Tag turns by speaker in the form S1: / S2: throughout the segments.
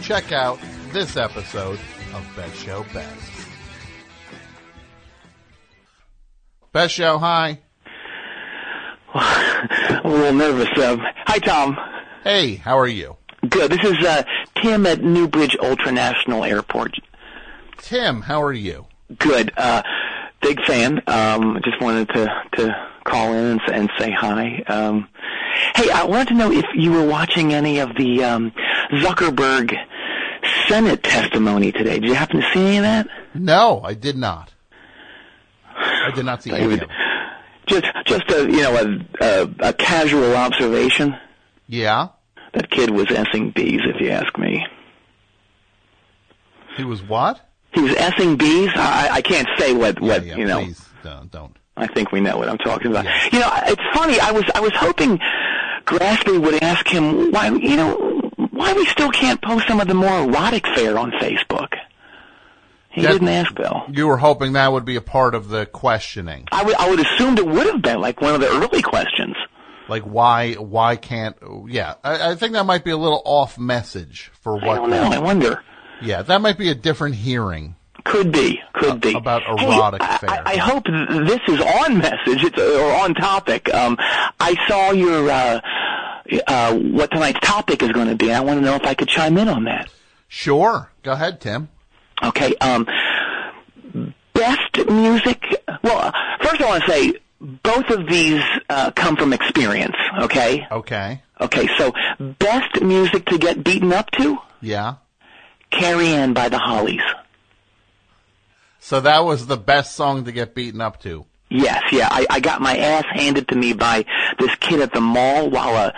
S1: check out this episode of Best Show Best. Best Show, hi.
S2: I'm a little nervous. Um, hi, Tom.
S1: Hey, how are you?
S2: Good. This is uh, Tim at Newbridge Ultranational Airport.
S1: Tim, how are you?
S2: Good. Uh, big fan. Um, just wanted to, to call in and, s- and say hi. Um, hey, I wanted to know if you were watching any of the um, Zuckerberg Senate testimony today. Did you happen to see any of that?
S1: No, I did not. I did not see any of
S2: David.
S1: it.
S2: Just, just a you know a, a, a casual observation.
S1: Yeah?
S2: That kid was essing bees, if you ask me.
S1: He was what?
S2: He was essing bees. I, I can't say what what
S1: yeah,
S2: you know.
S1: please don't. don't.
S2: I think we know what I'm talking about.
S1: Yeah.
S2: You know, it's funny. I was I was hoping Grasby would ask him why you know why we still can't post some of the more erotic fare on Facebook. He
S1: That-
S2: didn't ask though.
S1: You were hoping that would be a part of the questioning.
S2: I would I would assumed it would have been like one of the early questions.
S1: Like why why can't yeah. I, I think that might be a little off message for
S2: I
S1: what
S2: don't know. I wonder.
S1: Yeah, that might be a different hearing.
S2: Could be, could be
S1: about
S2: Hey,
S1: erotic
S2: I,
S1: fare.
S2: I, I hope th- this is on message it's, uh, or on topic. Um, I saw your uh, uh, what tonight's topic is going to be. and I want to know if I could chime in on that.
S1: Sure. Go ahead, Tim.
S2: Okay. Um, best music. Well, first I want to say both of these uh, come from experience. Okay.
S1: Okay.
S2: Okay. So best music to get beaten up to.
S1: Yeah.
S2: Carrie Ann by the Hollies.
S1: So that was the best song to get beaten up to.
S2: Yes. Yeah. I, I got my ass handed to me by this kid at the mall while a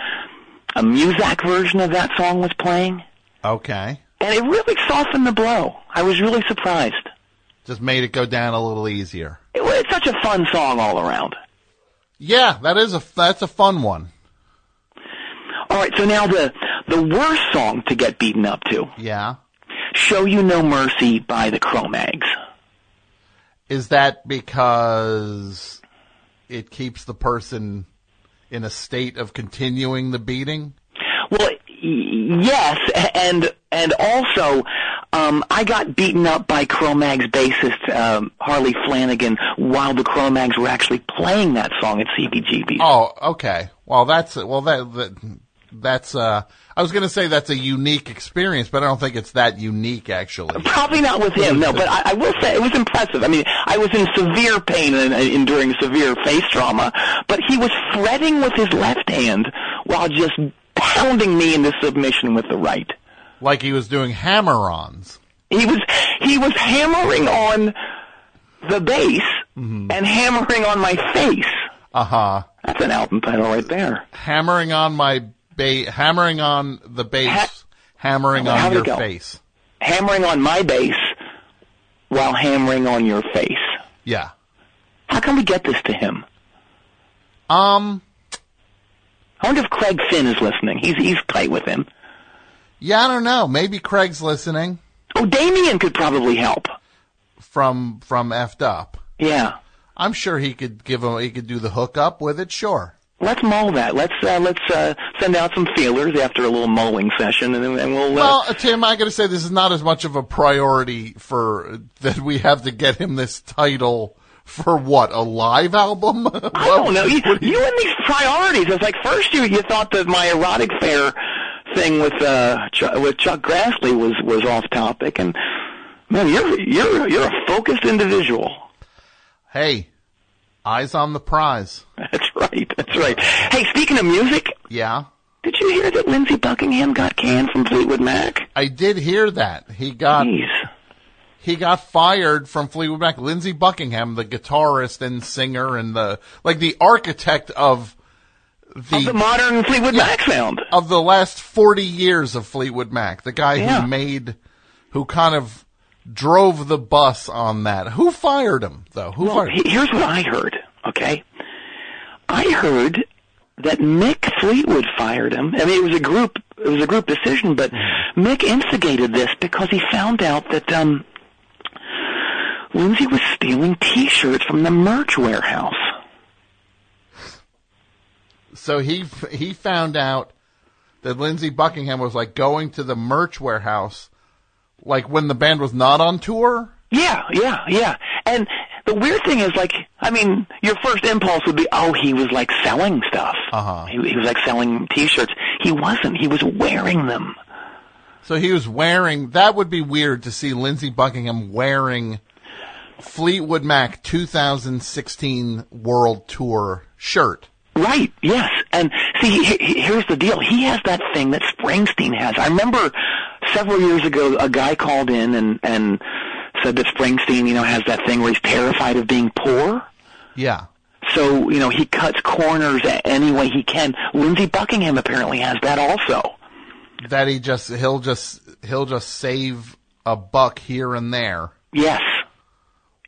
S2: a Muzak version of that song was playing,
S1: Okay.
S2: and it really softened the blow. I was really surprised.
S1: Just made it go down a little easier.
S2: It was such a fun song all around.
S1: Yeah, that is a that's a fun one.
S2: All right, so now the the worst song to get beaten up to,
S1: Yeah.
S2: "Show You No Mercy" by the Cro-Mags.
S1: Is that because it keeps the person in a state of continuing the beating?
S2: Well, y- yes, a- and and also, um, I got beaten up by Cro-Mags bassist um, Harley Flanagan while the Cro-Mags were actually playing that song at CBGB's.
S1: Oh, okay. Well, that's well that, that that's uh I was going to say that's a unique experience, but I don't think it's that unique actually.
S2: Probably not with him, no. But I, I will say it was impressive. I mean, I was in severe pain and uh, enduring severe face trauma, but he was fretting with his left hand while just pounding me into submission with the right.
S1: Like he was doing hammer-ons.
S2: He was he was hammering on the bass and hammering on my face.
S1: Uh-huh.
S2: That's an album title right there.
S1: Hammering on my ba- hammering on the bass, hammering on
S2: How'd it
S1: your
S2: go?
S1: face.
S2: Hammering on my bass while hammering on your face.
S1: Yeah.
S2: How can we get this to him?
S1: Um
S2: I wonder if Craig Finn is listening. He's he's tight with him.
S1: yeah, I don't know. Maybe Craig's listening
S2: Oh, Damien could probably help.
S1: from from effed up.
S2: Yeah.
S1: I'm sure he could give him. He could do the hookup with it. Sure.
S2: Let's mull that. Let's uh, let's uh, send out some feelers after a little mulling session, and, then- and we'll. Uh,
S1: Well, uh, Tim, I got to say this is not as much of a priority for that we have to get him this title for what a live album.
S2: I don't know. You, you and these priorities. It's like first you you thought that my erotic fair thing with uh Chuck, with Chuck Grassley was was off topic, and Man, you're you're you're a focused individual.
S1: Hey, eyes on the prize.
S2: That's right. That's right. Hey, speaking of music,
S1: Yeah,
S2: did you hear that Lindsey Buckingham got canned from Fleetwood Mac?
S1: I did hear that. Uh, He got
S2: Jeez.
S1: he got fired from Fleetwood Mac. Lindsey Buckingham, the guitarist and singer and the like the architect of the
S2: Of the modern Fleetwood Mac sound.
S1: of the last 40 years of Fleetwood Mac, the guy
S2: Yeah.
S1: who made, who kind of drove the bus on that. Who fired him, though? Who fired him?
S2: He- Here's what I heard, okay? I heard that Mick Fleetwood fired him. I mean, it was a group, it was a group decision, but Mick instigated this because he found out that um, Lindsay was stealing T-shirts from the merch warehouse.
S1: So he, he found out that Lindsey Buckingham was like going to the merch warehouse, like when the band was not on tour.
S2: Yeah, yeah, yeah. And the weird thing is, like, I mean, your first impulse would be, oh, he was like selling stuff.
S1: Uh-huh.
S2: He, he was like selling T-shirts. He wasn't. He was wearing them.
S1: So he was wearing, that would be weird to see Lindsey Buckingham wearing Fleetwood Mac 2016 World Tour shirt.
S2: Right. Yes. And see, he, he- here's the deal. He has that thing that Springsteen has. I remember several years ago, a guy called in and and said that Springsteen, you know, has that thing where he's terrified of being poor.
S1: Yeah.
S2: So you know, he cuts corners a- any way he can. Lindsey Buckingham apparently has that also.
S1: that he just he'll just he'll just save a buck here and there.
S2: Yes.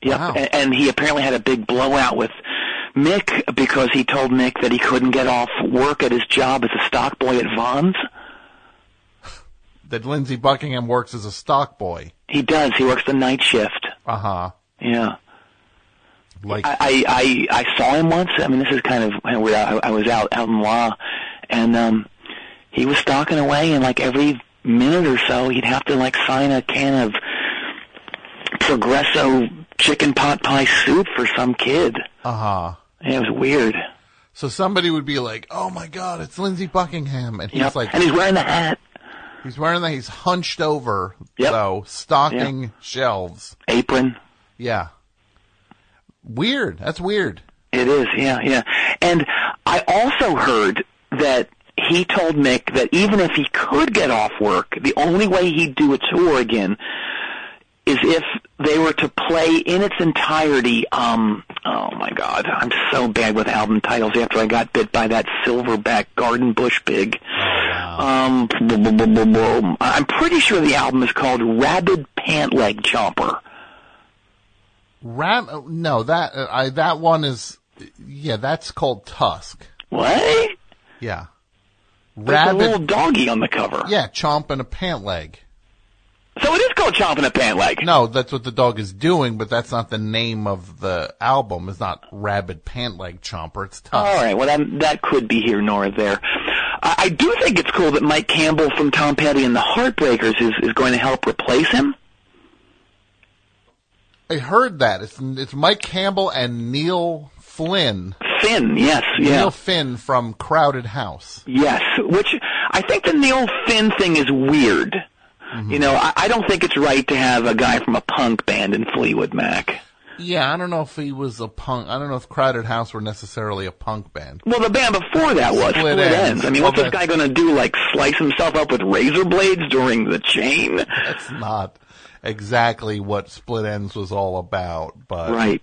S2: Yep.
S1: Wow.
S2: And, and he apparently had a big blowout with Mick because he told Mick that he couldn't get off work at his job as a stock boy at Vaughn's.
S1: That Lindsey Buckingham works as a stock boy.
S2: He does. He works the night shift.
S1: Uh huh.
S2: Yeah.
S1: Like
S2: I, I, I, I saw him once. I mean, this is kind of kind of weird. I, I was out out in La, and um, he was stalking away, and like every minute or so, he'd have to like sign a can of Progresso chicken pot pie soup for some kid.
S1: uh huh.
S2: And it was weird.
S1: So somebody would be like, "Oh my God, it's Lindsey Buckingham," and he's
S2: Yep.
S1: like,
S2: and he's wearing the hat,
S1: he's wearing that. He's hunched over
S2: Yep.
S1: though, stocking shelves.
S2: apron.
S1: Yeah. Weird. That's weird.
S2: It is, yeah, yeah. And I also heard that he told Mick that even if he could get off work, the only way he'd do a tour again is if they were to play in its entirety. Um, oh my God, I'm so bad with album titles. After I got bit by that silverback garden bush pig. Um, boom, boom, boom, boom, boom. I'm pretty sure the album is called Rabid Pant Leg Chomper.
S1: Ram. No, that uh, I that one is. Yeah, that's called Tusk.
S2: What?
S1: Yeah.
S2: There's a little
S1: Rabbit.
S2: doggy on the cover.
S1: Yeah, chomp and a pant leg.
S2: So it is called chomping a pant leg.
S1: No, that's what the dog is doing, but that's not the name of the album. It's not Rabid Pant Leg Chomper. It's Tusk.
S2: All right. Well, that that could be here nor there. I, I do think it's cool that Mike Campbell from Tom Petty and the Heartbreakers is is going to help replace him. Oh.
S1: I heard that. It's it's Mike Campbell and Neil Flynn.
S2: Finn. Yes. Yeah.
S1: Neil Finn from Crowded House.
S2: Yes. Which I think the Neil Finn thing is weird.
S1: Mm-hmm.
S2: You know, I, I don't think it's right to have a guy from a punk band in Fleetwood Mac.
S1: Yeah, I don't know if he was a punk. I don't know if Crowded House were necessarily a punk band.
S2: Well, the band before that was
S1: Split Ends.
S2: I mean, what's
S1: Well,
S2: this guy going to do? Like slice himself up with razor blades during the chain?
S1: That's not exactly what Split Ends was all about, but
S2: Right.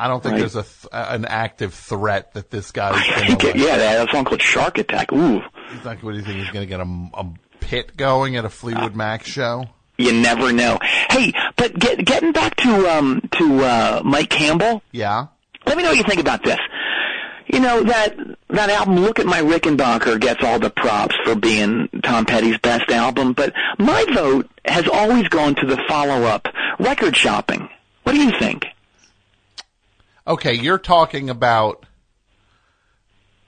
S1: I don't think
S2: right.
S1: there's a th- an active threat that this guy
S2: I
S1: is
S2: think
S1: going
S2: it,
S1: to.
S2: yeah, that, that song called Shark Attack. Ooh,
S1: Like, what do you think he's going to get a, a pit going at a Fleetwood Mac show?
S2: you never know. Hey, but get, getting back to um to uh, Mike Campbell,
S1: Yeah.
S2: let me know what you think about this. You know that that album, Look at My Rickenbacker, gets all the props for being Tom Petty's best album, but my vote has always gone to the follow up, Record Shopping. What do you think?
S1: Okay, you're talking about.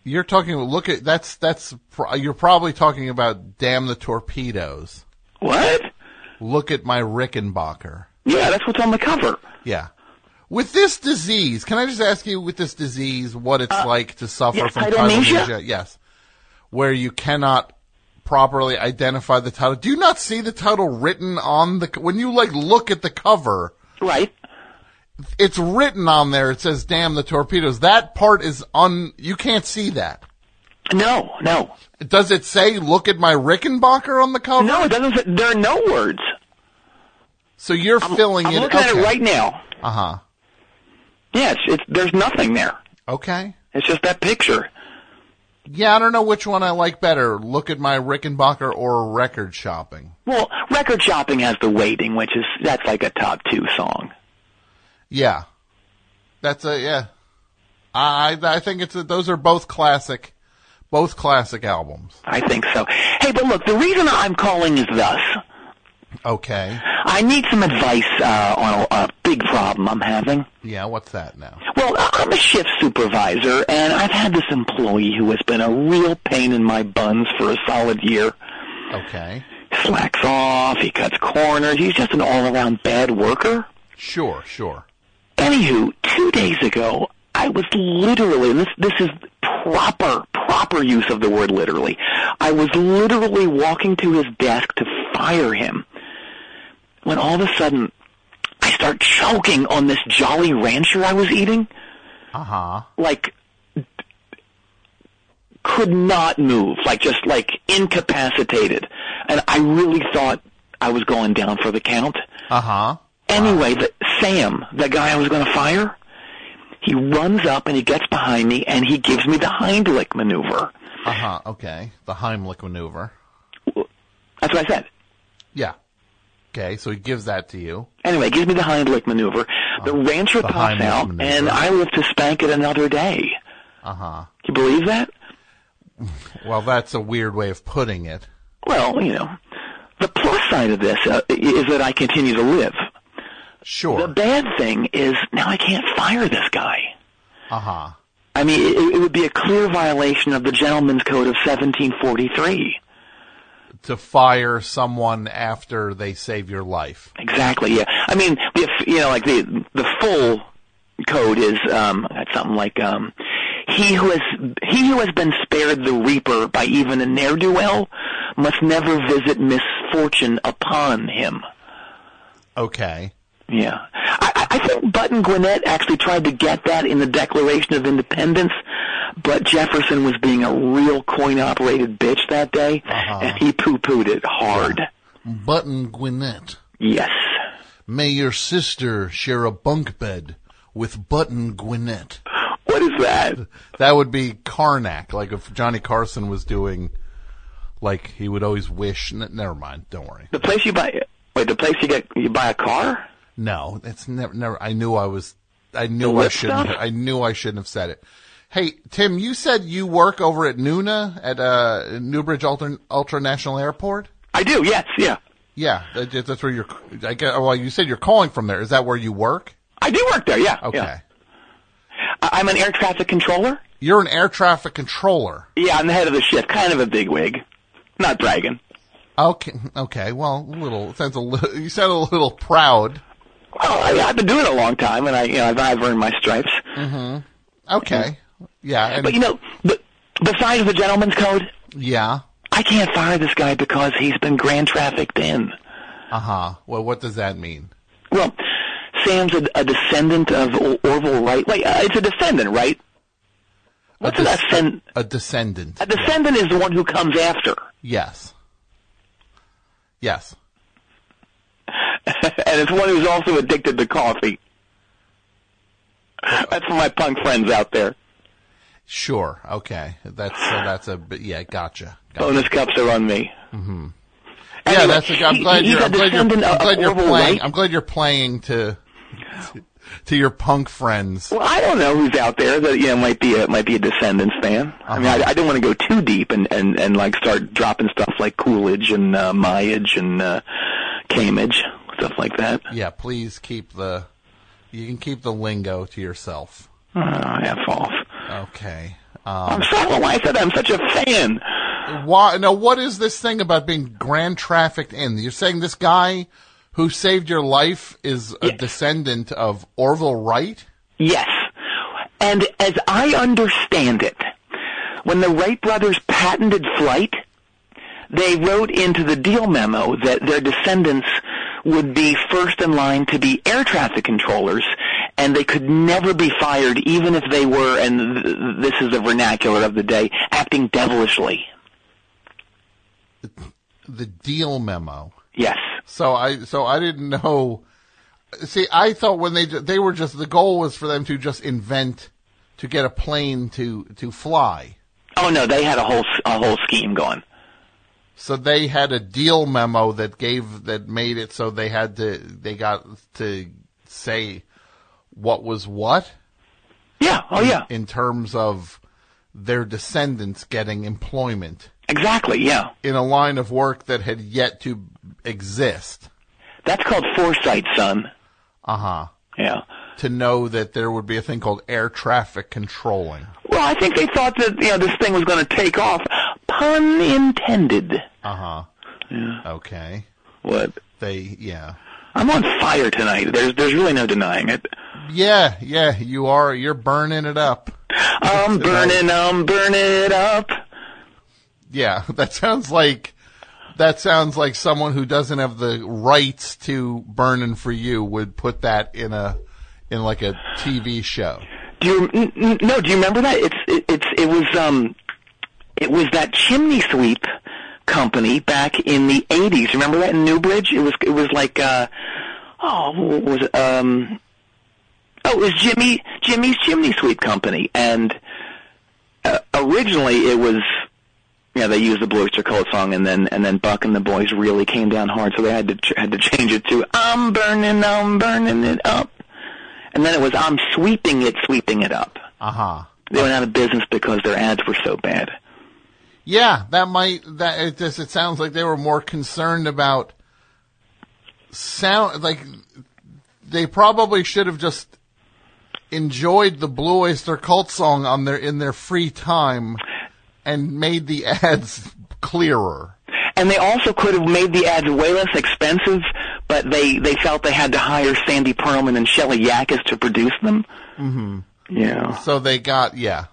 S1: You're talking. Look at that's that's. pro- You're probably talking about damn the torpedoes.
S2: What?
S1: Look at my Rickenbacker.
S2: Yeah, that's what's on the cover.
S1: Yeah. With this disease, can I just ask you with this disease what it's like to suffer
S2: yeah,
S1: from
S2: chitonesia?
S1: chitonesia? Yes. Where you cannot properly identify the title. Do you not see the title written on the when you like look at the cover?
S2: Right.
S1: It's written on there. It says "Damn the torpedoes." That part is un. You can't see that.
S2: No, no,
S1: Does it say "Look at my Rickenbacker" on the cover?
S2: no. It doesn't. Say, there are no words.
S1: So you're filling
S2: I'm
S1: in.
S2: looking at it
S1: okay.
S2: right now.
S1: Uh huh.
S2: Yes, it's, there's nothing there.
S1: Okay.
S2: It's just that picture.
S1: Yeah, I don't know which one I like better. Look at my Rickenbacker or record shopping.
S2: Well, record shopping has the waiting, which is that's like a top two song.
S1: Yeah, that's a yeah. I I I think it's a, those are both classic, both classic albums.
S2: I think so. Hey, but look, the reason I'm calling is thus:
S1: Okay.
S2: I need some advice uh, on a, a big problem I'm having.
S1: Yeah, what's that now?
S2: Well, I- I'm a shift supervisor, and I've had this employee who has been a real pain in my buns for a solid year.
S1: Okay.
S2: Slacks off, he cuts corners, he's just an all-around bad worker.
S1: Sure, sure.
S2: Anywho, two days ago, I was literally, and this, this is proper, proper use of the word literally. I was literally walking to his desk to fire him when all of a sudden I start choking on this Jolly Rancher I was eating.
S1: Uh huh.
S2: Like, could not move, like just like incapacitated. And I really thought I was going down for the count.
S1: Uh huh.
S2: Anyway, the, Sam, the guy I was going to fire, he runs up and he gets behind me and he gives me the Heimlich maneuver.
S1: Uh huh. Okay. The Heimlich maneuver.
S2: That's what I said.
S1: Yeah. Okay, so he gives that to you.
S2: Anyway, he gives me the Heimlich maneuver. The rancher
S1: Uh-huh. the
S2: pops
S1: Heimlich
S2: out
S1: maneuver.
S2: and I live to spank it another day.
S1: Uh huh.
S2: You believe that?
S1: Well, that's a weird way of putting it.
S2: Well, you know, the plus side of this uh, i- is that I continue to live. The
S1: Sure.
S2: bad thing is now I can't fire this guy.
S1: Uh huh.
S2: I mean, it, it would be a clear violation of the Gentleman's Code of 1743.
S1: To fire someone after they save your liff.
S2: Exactly. Yeah. I mean, if you know, like the the full code is um, that's something like um, he who has he who has been spared the reaper by even a ne'er do well must never visit misfortune upon him.
S1: Okay.
S2: Yeah. I, I- I think Button Gwinnett actually tried to get that in the Declaration of Independence, but Jefferson was being a real coin-operated bitch that day, and he poo-pooed it hard.
S1: Button Gwinnett.
S2: Yes.
S1: May your sister share a bunk bed with Button Gwinnett.
S2: What is that?
S1: That would be Karnak. Like if Johnny Carson was doing, like he would always wish. N- never mind. Don't worry.
S2: The place you buy wait, the place you get you buy a car?
S1: No, it's never. Never. I knew I was. I knew
S2: lip
S1: I shouldn't.
S2: stuff?
S1: I knew I shouldn't have said it. Hey Tim, you said you work over at Nuna at uh, Newbridge Ultra, Ultra National Airport.
S2: I do, yes, yeah.
S1: Yeah, that- that's where you're. I guess, well, you said you're calling from there. Is that where you work?
S2: I do work there, yeah.
S1: Okay.
S2: yeah. I- I'm an air traffic controller.
S1: You're an air traffic controller.
S2: Yeah, I'm the head of the shift, kind of a bigwig. Not bragging.
S1: Okay. Okay. Well, a little sounds a little. You sound a little proud.
S2: Oh, I, I've been doing it a long time, and I, you know, I've, I've earned my stripes.
S1: Okay. Yeah. and-
S2: But you know, but besides the gentleman's code,
S1: yeah.
S2: I can't fire this guy because he's been grand trafficked in.
S1: Uh huh. Well, what does that mean?
S2: Well, Sam's a, a descendant of o- Orville Wright. Wait, uh, it's a descendant, right? What's a
S1: des-
S2: descendant?
S1: A descendant.
S2: A descendant is the one who comes after.
S1: yes. Yes.
S2: and it's one who's also addicted to coffee. That's for my punk friends out there.
S1: Sure. Okay. That's so. That's a. bit- Yeah. Gotcha. gotcha.
S2: Bonus cups are on me. Mm-hmm.
S1: Yeah. That's. A, I'm glad
S2: he's
S1: you're.
S2: a
S1: I'm glad you're,
S2: descendant
S1: I'm
S2: of-
S1: glad
S2: of
S1: you're
S2: Orville
S1: playing.
S2: Wright.
S1: I'm glad you're playing to, to, to your punk friends.
S2: Well, I don't know who's out there that you know might be a might be a Descendants fan. I mean, I, I don't want to go too deep and, and and like start dropping stuff like Coolidge and uh, Myage and uh, Camage stuff like that.
S1: Yeah. Please keep the. You can keep the lingo to yourself.
S2: Oh, F off.
S1: Okay. Um,
S2: I'm sorry. I said I'm such a fan.
S1: Why now? What is this thing about being grand trafficked in? You're saying this guy who saved your life is a descendant of Orville Wright?
S2: Yes. And as I understand it, when the Wright brothers patented flight, they wrote into the deal memo that their descendants would be first in line to be air traffic controllers and they could never be fired even if they were and th- this is the vernacular of the day acting devilishly
S1: the deal memo.
S2: yes
S1: So I so I didn't know. See, I thought when they ju- they were just the goal was for them to just invent to get a plane to to fly.
S2: oh no they had a whole s- a whole scheme going
S1: So they had a deal memo that gave that made it so they had to they got to say what was what
S2: yeah oh yeah
S1: in terms of their descendants getting employment
S2: exactly yeah
S1: in a line of work that had yet to exist.
S2: that's called foresight son
S1: Uh huh.
S2: yeah
S1: To know that there would be a thing called air traffic controlling.
S2: well i think they thought that you know this thing was going to take off pun intended
S1: Uh huh. Okay.
S2: what
S1: They yeah.
S2: i'm on fire tonight there's there's really no denying it
S1: Yeah, yeah, you are you're burning it up.
S2: i'm burning i'm burning um, it up
S1: Yeah, that sounds like that sounds like someone who doesn't have the rights to burning for you would put that in a in like a TV show.
S2: Do you n- n- no? Do you remember that? It's it, it's it was um, it was that chimney sweep company back in the eighties. Remember that in Newbridge? It was it was like uh, oh, what was it? um, oh, it was Jimmy Jimmy's chimney sweep company, and uh, originally it was. Yeah, they used the Blue Oyster Cult song, and then and then Buck and the boys really came down hard, so they had to ch- had to change it to "I'm burning, I'm burning it up," and then it was "I'm sweeping it, sweeping it up."
S1: Uh-huh.
S2: They went out of business because their ads were so bad.
S1: Yeah, that might that it just it sounds like they were more concerned about sound like they probably should have just enjoyed the Blue Oyster Cult song on their in their free time and made the ads clearer.
S2: And they also could have made the ads way less expensive, but they, they felt they had to hire Sandy Perlman and Shelley Yakis to produce them. Mm-hmm. Yeah.
S1: So they got yeah.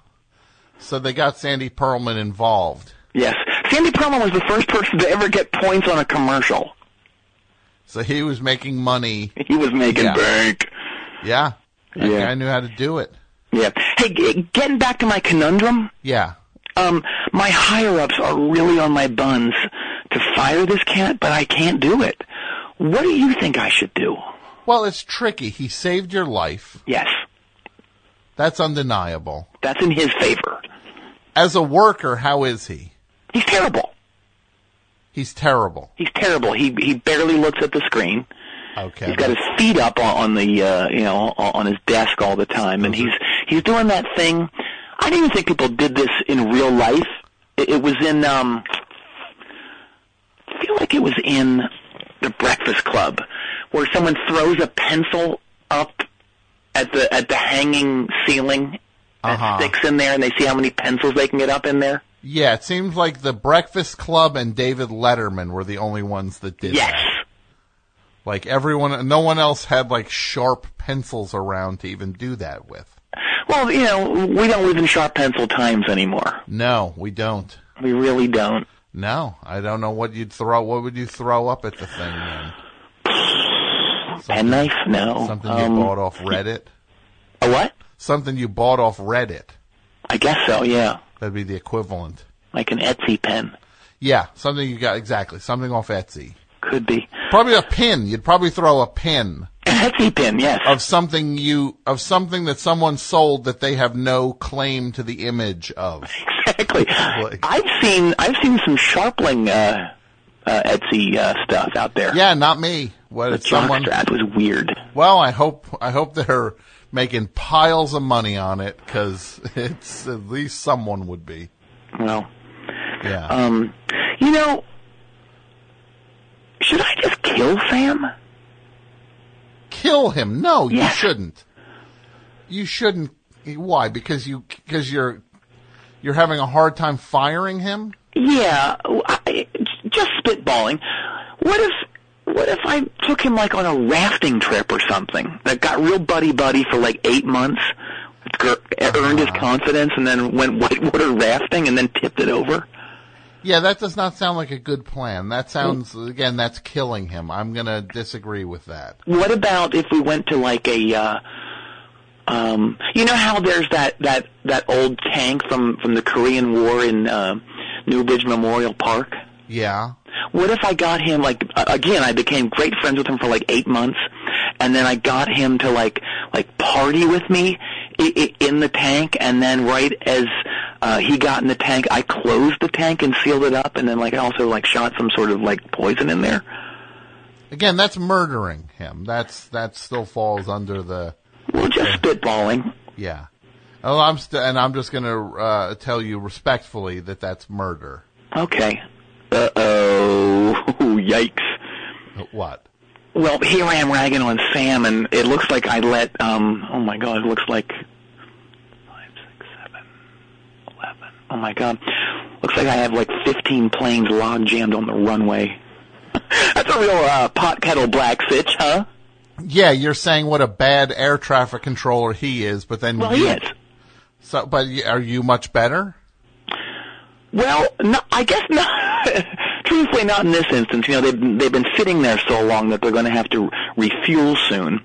S1: So they got Sandy Perlman involved.
S2: Yes. Sandy Perlman was the first person to ever get points on a commercial.
S1: So he was making money.
S2: He was making
S1: Yeah.
S2: bank.
S1: Yeah. That
S2: Yeah.
S1: guy knew how to do it.
S2: Yeah. Hey, g- getting back to my conundrum,
S1: Yeah.
S2: um, my higher ups are really on my buns to fire this cat, but I can't do it. What do you think I should do?
S1: Well, it's tricky. He saved your life.
S2: Yes.
S1: That's undeniable.
S2: That's in his favor.
S1: As a worker, how is he?
S2: He's terrible.
S1: He's terrible.
S2: He's terrible. He he barely looks at the screen.
S1: Okay.
S2: He's got his feet up on, on the uh, you know on on his desk all the time, and he's he's doing that thing. I didn't even think people did this in real life. It, it was in um, I feel like it was in the Breakfast Club, where someone throws a pencil up at the at the hanging ceiling and
S1: Uh-huh.
S2: sticks in there, and they see how many pencils they can get up in there.
S1: yeah, it seems like the Breakfast Club and David Letterman were the only ones that did
S2: Yes.
S1: that. Like everyone, no one else had like sharp pencils around to even do that with.
S2: Well, you know, we don't live in sharp pencil times anymore.
S1: No, we don't.
S2: We really don't.
S1: No, I don't know what you'd throw. What would you throw up at the thing then?
S2: Pen knife? No.
S1: Something
S2: Um,
S1: you bought off Reddit?
S2: A what?
S1: Something you bought off Reddit.
S2: I guess so. Yeah,
S1: That'd be the equivalent.
S2: like an Etsy pen
S1: Yeah, something you got, exactly. Something off Etsy.
S2: could be
S1: Probably a pin. You'd probably throw a pin
S2: an Etsy pin. Yes.
S1: of something you, of something that someone sold that they have no claim to the image of.
S2: Exactly.
S1: Like-
S2: I've seen I've seen some sharpling uh, uh, Etsy uh, stuff out there.
S1: Yeah, not me. What
S2: the
S1: if someone,
S2: jockstrap was weird.
S1: well, I hope, I hope they're making piles of money on it because it's, at least someone would be.
S2: Well,
S1: Yeah.
S2: um, you know, should I just kill Sam?
S1: kill him. No, you
S2: Yeah.
S1: shouldn't. You shouldn't. Why? Because you because you're you're having a hard time firing him.
S2: Yeah, I, just spitballing. What if what if I took him like on a rafting trip or something that got real buddy buddy for like eight months, gr- earned his confidence, and then went whitewater rafting and then tipped it over?
S1: Yeah, that does not sound like a good plan. That sounds again, that's killing him. I'm gonna disagree with that.
S2: What about if we went to like a, uh, um, you know how there's that that that old tank from from the Korean War in uh, Newbridge Memorial Park?
S1: Yeah.
S2: What if I got him like uh, again? I became great friends with him for like eight months, and then I got him to like like party with me i- i- in the tank, and then right as uh, he got in the tank, I closed the tank and sealed it up, and then like I also like shot some sort of like poison in there.
S1: Again, that's murdering him. That's that still falls under the
S2: Well, just spitballing.
S1: yeah. Oh, I'm st- and I'm just gonna uh, tell you respectfully that that's murder.
S2: Okay. Uh oh. Yikes.
S1: What?
S2: Well, here I am ragging on Sam, and it looks like I let, um, oh my god, it looks like five, six, seven, eleven. Oh my god. Looks like I have like 15 planes log jammed on the runway. That's a real uh, pot kettle black sitch, huh?
S1: Yeah, you're saying what a bad air traffic controller he is, but then
S2: Well,
S1: you,
S2: he is.
S1: So, but y- are you much better?
S2: Well, no, I guess not. Truthfully, not in this instance. You know, they've been- they've been sitting there so long that they're going to have to refuel soon.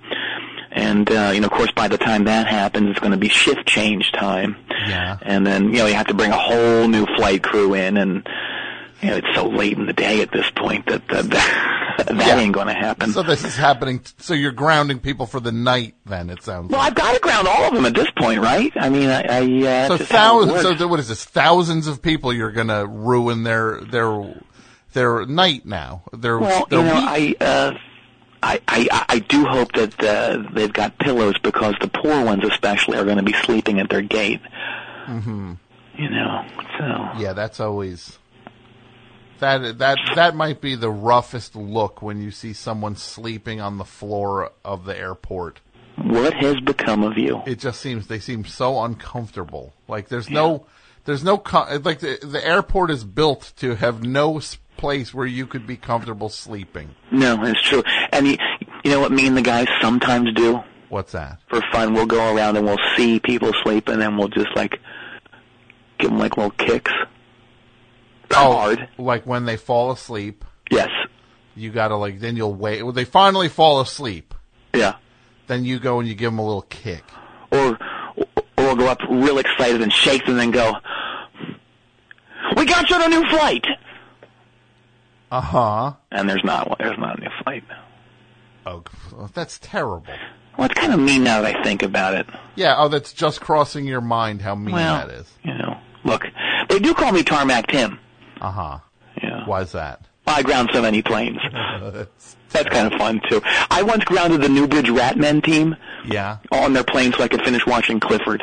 S2: And uh, you know, of course, by the time that happens, it's going to be shift change time.
S1: Yeah.
S2: And then you know, you have to bring a whole new flight crew in, and you know, it's so late in the day at this point that that, that,
S1: Yeah.
S2: ain't going to happen.
S1: So this is happening. t- So you're grounding people for the night. Then it sounds.
S2: well,
S1: like.
S2: I've got to ground all of them at this point, right? I mean, I, I uh,
S1: So
S2: that's just how it
S1: thousands. So
S2: works.
S1: th- what is this? Thousands of people you're gonna ruin their their their night now. Their
S2: Well,
S1: their
S2: you know,
S1: week.
S2: I, uh, I, I, I- I do hope that uh, they've got pillows because the poor ones, especially, are going to be sleeping at their gate. Mm-hmm. You know, so
S1: yeah, that's always that that that might be the roughest look when you see someone sleeping on the floor of the airport.
S2: what has become of you?
S1: it just seems they seem so uncomfortable. Like there's no, there's no co- like the the airport is built to have no s- place where you could be comfortable sleeping.
S2: No, it's true. And you, you know what me and the guys sometimes do
S1: What's that?
S2: for fun? We'll go around and we'll see people sleep, and then we'll just like give them like little kicks. Not hard.
S1: Like when they fall asleep,
S2: Yes.
S1: you gotta like then you'll wait. When they finally fall asleep,
S2: Yeah.
S1: then you go and you give them a little kick.
S2: or or we'll go up real excited and shake them and go, "We got you on a new flight."
S1: Uh huh.
S2: And there's not one. There's not a new flight.
S1: Oh, that's terrible.
S2: Well, it's kind of mean now that I think about it.
S1: Yeah. Oh, that's just crossing your mind how mean
S2: Well,
S1: that is.
S2: you know, look, they do call me Tarmac Tim.
S1: Uh huh.
S2: Yeah,
S1: Why's that?
S2: I ground so many planes. That's kind of fun too. I once grounded the Newbridge Ratmen team
S1: Yeah.
S2: on their plane so I could finish watching Clifford.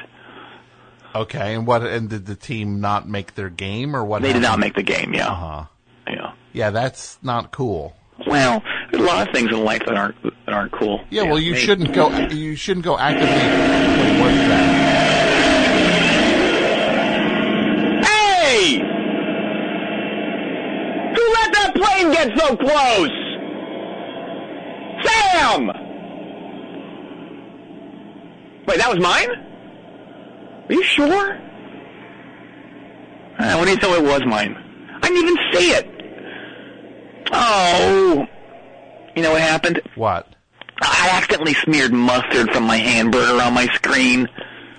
S1: Okay. And what? And did the team not make their game or what?
S2: They did
S1: happened?
S2: not make the game. Yeah, yeah.
S1: Yeah, that's not cool.
S2: Well, there's a lot of things in life that aren't that aren't cool.
S1: Yeah, well, you
S2: they-
S1: shouldn't go. You shouldn't go actively. Wait, what's that?
S2: Hey! Who let that plane get so close? Sam! Wait, that was mine? Are you sure? Uh, what do you know it was mine? I didn't even see it. Oh. You know what happened?
S1: What?
S2: I accidentally smeared mustard from my hamburger on my screen.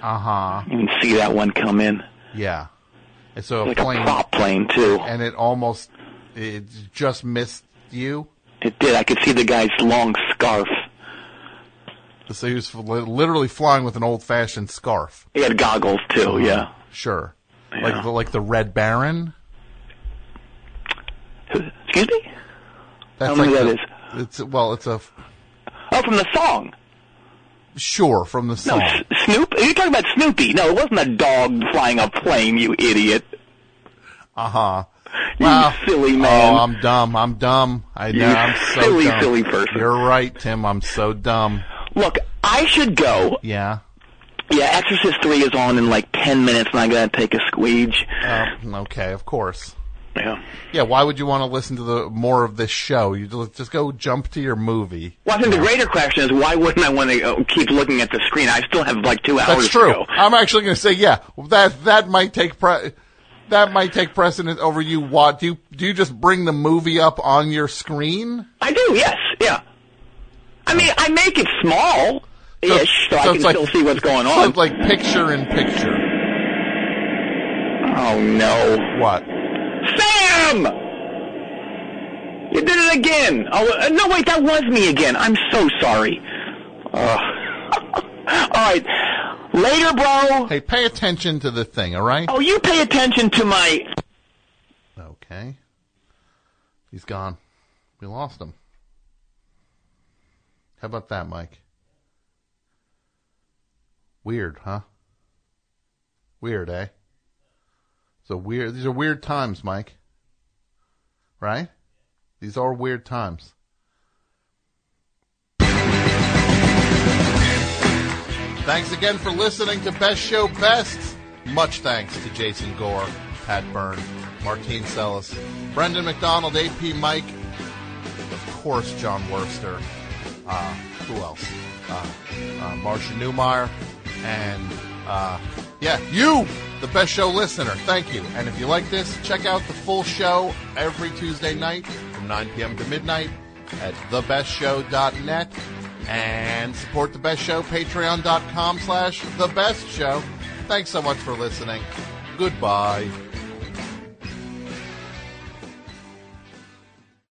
S1: Uh huh.
S2: You can see that one come in.
S1: Yeah. And so a
S2: Like a
S1: plane,
S2: prop plane, too.
S1: and it almost, it just missed you.
S2: It did. I could see the guy's long scarf.
S1: So he was li- literally flying with an old-fashioned scarf.
S2: He had goggles
S1: Oh,
S2: too. Yeah.
S1: Sure.
S2: Yeah.
S1: Like the, like the Red Baron.
S2: Excuse me.
S1: That's
S2: Tell me
S1: like
S2: who that
S1: the- It's well, it's a f-
S2: Oh, from the song.
S1: sure from the
S2: No,
S1: song.
S2: S- Snoop. You're talking about Snoopy. No, it wasn't a dog flying a plane. You idiot.
S1: Uh huh.
S2: You silly man.
S1: Oh, I'm dumb. I'm dumb. I know. I'm so
S2: silly,
S1: dumb.
S2: silly person.
S1: You're right, Tim. I'm so dumb.
S2: Look, I should go.
S1: Yeah.
S2: Yeah, Exorcist Three is on in like ten minutes, and I gotta take a squeege.
S1: Uh, okay, of course.
S2: Yeah.
S1: Yeah, why would you want to listen to the more of this show? You just just go jump to your movie.
S2: Well, I think the greater question is why wouldn't I want to uh, keep looking at the screen? I still have like two hours
S1: That's true.
S2: to go.
S1: I'm actually going to say, yeah, that that might take. Pre- that might take precedence over you. What do you do? You just bring the movie up on your screen.
S2: I do, yes, yeah. I mean, I make it small ish, so, I can
S1: it's like-
S2: still see what's going
S1: so
S2: on.
S1: it's like picture in picture.
S2: oh no,
S1: What?
S2: Sam! You did it again. Oh uh, no, wait, that was me again. I'm so sorry. Uh, all right, later, bro.
S1: Hey, pay attention to the thing. All right.
S2: Oh, you pay attention to my.
S1: Okay. He's gone. We lost him. How about that, Mike? Weird, huh? Weird, eh? So weird. These are weird times, Mike. Right? These are weird times. Thanks again for listening to Best Show Best. Much thanks to Jason Gore, Pat Byrne, Martine Sellis, Brendan McDonald, AP Mike, of course, John Worster. Uh, who else? Uh, uh, Marcia Newmeyer. And uh, yeah, you, the Best Show listener. Thank you. And if you like this, check out the full show every Tuesday night from 9 p.m. to midnight at thebestshow.net and support the best show patreon.com slash the best show thanks so much for listening goodbye